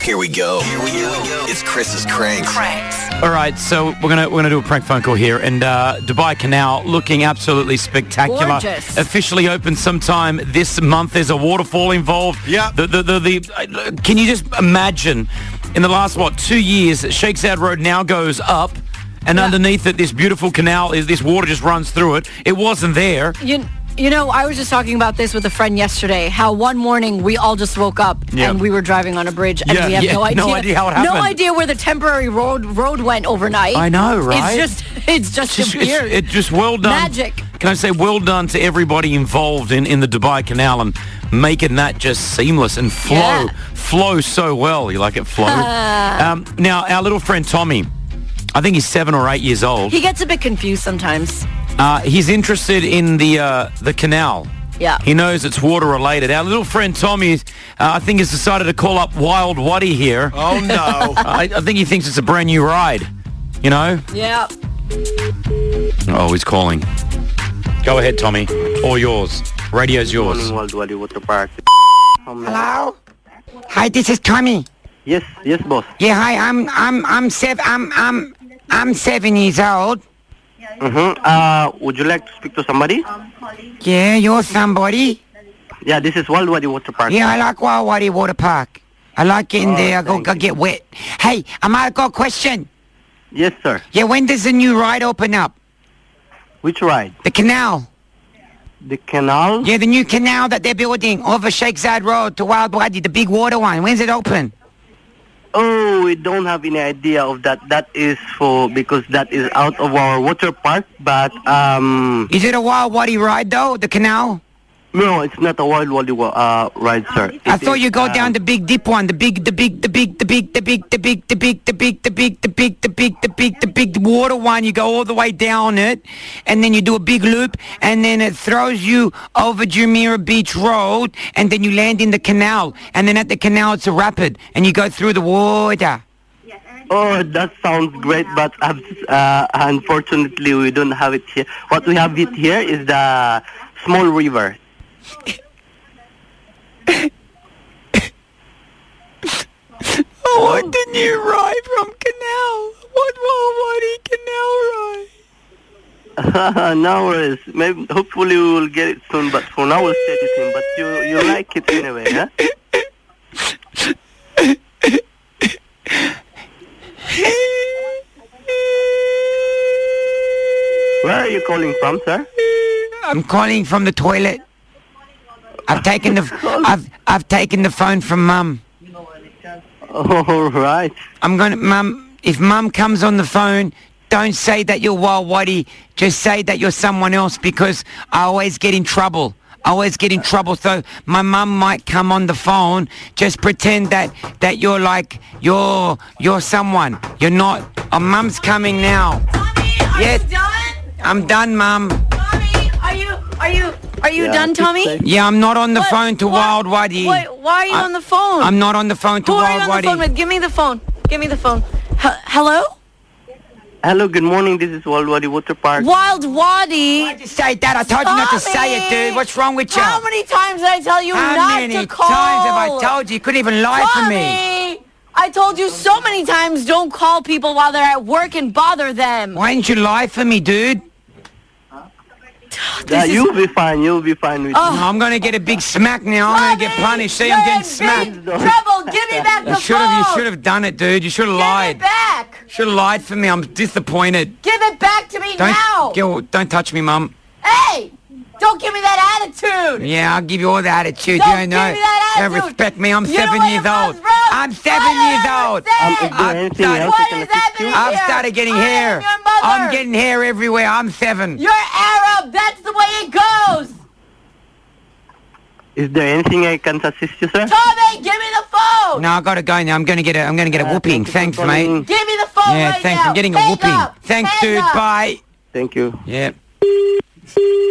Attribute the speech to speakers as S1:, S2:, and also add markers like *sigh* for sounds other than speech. S1: Here we go. Here we go. It's Chris's cranks.
S2: All right, so we're gonna we're gonna do a prank phone call here, and uh, Dubai Canal looking absolutely spectacular.
S3: Gorgeous.
S2: Officially open sometime this month. There's a waterfall involved.
S4: Yeah.
S2: The the the, the uh, can you just imagine? In the last what two years, Shakes Out Road now goes up. And underneath it, this beautiful canal is this water just runs through it. It wasn't there.
S3: You, you know, I was just talking about this with a friend yesterday, how one morning we all just woke up
S2: Yeah.
S3: and we were driving on a bridge and
S2: Yeah,
S3: we have
S2: yeah,
S3: no idea.
S2: no idea how it
S3: No
S2: happened.
S3: idea where the temporary road road went overnight.
S2: I know, right?
S3: It's just, *laughs* it's just,
S2: Just- it's-
S3: weird.
S2: it just well done.
S3: Magic.
S2: Can I say well done to everybody involved in, in the Dubai Canal and making that just seamless and flow,
S3: Yeah.
S2: flow so well. You like
S3: *laughs*
S2: it flow? um, now, our little friend Tommy, I think he's seven or eight years old.
S3: he gets a bit confused sometimes.
S2: Uh, he's interested in the uh, the canal.
S3: Yeah.
S2: He knows it's water related. Our little friend Tommy, uh, I think, has decided to call up Wild Waddy here.
S4: Oh no.
S2: I, I think he thinks it's a brand new ride. You know?
S3: Yeah.
S2: Oh, he's calling. Go ahead, Tommy. All yours. Radio's yours.
S5: Morning, World Wally Water Park. Um,
S6: Hello. Hi, this is Tommy.
S5: Yes, yes, boss.
S6: Yeah, hi. I'm I'm I'm seven. I'm I'm I'm seven years old.
S5: hmm Uh, would you like to speak to somebody?
S6: Yeah, you're somebody.
S5: Yeah, this is World Wally Water Park.
S6: Yeah, I like Wawari Water Park. I like getting
S5: Oh,
S6: there. I go,
S5: thank
S6: go
S5: you.
S6: get wet. Hey, I'm. I got a question.
S5: Yes, sir.
S6: Yeah, when does the new ride open up?
S5: Which ride?
S6: The canal.
S5: The canal?
S6: Yeah, the new canal that they're building over Sheikh Zayed Road to Wild Wadi, the big water one. When's it open?
S5: Oh, we don't have any idea of that. That is for because that is out of our water park. But um,
S6: Is it a Wild Wadi ride though? The canal?
S5: no, it's not a World Wally Wa- uh, ride, sir.
S6: I
S5: It
S6: thought
S5: is,
S6: you go
S5: uh,
S6: down the big dip one, the big, the big, the big, the big, the big, the big, the big, the big, the big, the big, the big, the big, the big water one. You go all the way down it, and then you do a big loop, and then it throws you over Jumeirah Beach Road, and then you land in the canal, and then at the canal it's a rapid, and you go through the water.
S5: Oh, that sounds great, but um, uh, unfortunately we don't have it here. What we have it here is the small river.
S6: I want the new ride from canal. What Wawadi Canal ride?
S5: *laughs* no worries. Maybe hopefully we will get it soon, but for now we'll set it in. But you you like it anyway, huh? Where are you calling from, sir? *laughs*
S6: I'm calling from the toilet. I've taken *laughs* the I've I've taken the phone from mum.
S5: All right.
S6: I'm gonna mum. If mum comes on the phone, don't say that you're Wild Waddy. Just say that you're someone else because I always get in trouble. I always get in trouble. So my mum might come on the phone. Just pretend that that you're like you're you're someone. You're not. Oh, mum's coming now.
S3: Tommy, are
S6: Yes.
S3: you done?
S6: I'm done, mum.
S3: Tommy, are you are you are you
S5: Yeah,
S3: done,
S5: just
S3: Tommy?
S5: say-
S6: Yeah, I'm not on the
S3: What-
S6: phone to
S3: what-
S6: Wild Waddy.
S3: Wait, why are you
S6: I-
S3: on the phone?
S6: I'm not on the phone to
S3: Who are you
S6: Wild
S3: on
S6: Waddy.
S3: the phone with? Give me the phone. Give me the phone. H- hello?
S5: Hello. Good morning. This is Wild Wadi Water Park.
S3: Wild Wadi.
S6: Why'd you say that? I told you not to say it, dude. What's wrong with you?
S3: How many times did I tell you
S6: How
S3: not
S6: many
S3: to call?
S6: times have I told you? You couldn't even lie for me.
S3: Tommy, I told you so many times don't call people while they're at work and bother them.
S6: Why didn't you lie for me, dude?
S5: Yeah,
S3: This is-
S5: you'll be fine. You'll be fine with
S3: Oh,
S6: I'm gonna get a big smack now. I'm gonna get
S3: Tommy,
S6: punished. See,
S3: you're
S6: I'm getting
S3: in big
S6: smacked.
S3: trouble. Give me back the
S6: You should have. You
S3: phone.
S6: should have done it, dude. You should have
S3: Give it
S6: lied.
S3: back.
S6: Should have lied for me. I'm disappointed.
S3: Give it back to me
S6: Don't,
S3: now.
S6: Gil, don't touch me, mum.
S3: hey, don't give me that attitude.
S6: Yeah, I'll give you all the attitude.
S3: Don't
S6: you
S3: give
S6: know.
S3: me that
S6: Don't
S3: attitude.
S6: respect me. I'm
S3: You know
S6: seven
S3: what
S6: years
S3: your
S6: old.
S3: mum's wrong.
S6: I'm
S3: I
S6: seven
S3: don't
S6: years old.
S3: understand.
S5: Um, is
S6: I've
S5: there anything
S6: started-
S5: else I
S3: What
S5: can
S3: is happening
S5: assist you?
S6: I've
S3: here?
S6: started getting
S3: I
S6: hair.
S3: am your mother.
S6: I'm getting hair everywhere. I'm seven.
S3: You're Arab. That's the way it goes.
S5: Is there anything I can assist you, sir?
S3: Tommy, give me the phone.
S6: No, I gotta go now. I'm gonna get a. I'm gonna get a
S5: Uh,
S6: whooping.
S5: thank you for
S6: Thanks,
S5: calling
S6: mate.
S5: in.
S3: Give me the phone
S6: Yeah,
S3: right
S6: thanks.
S3: now.
S6: I'm getting a
S3: Hang
S6: whooping.
S3: up.
S6: Thanks,
S3: Hang
S6: dude.
S3: up.
S6: Bye.
S5: Thank you.
S6: Yeah.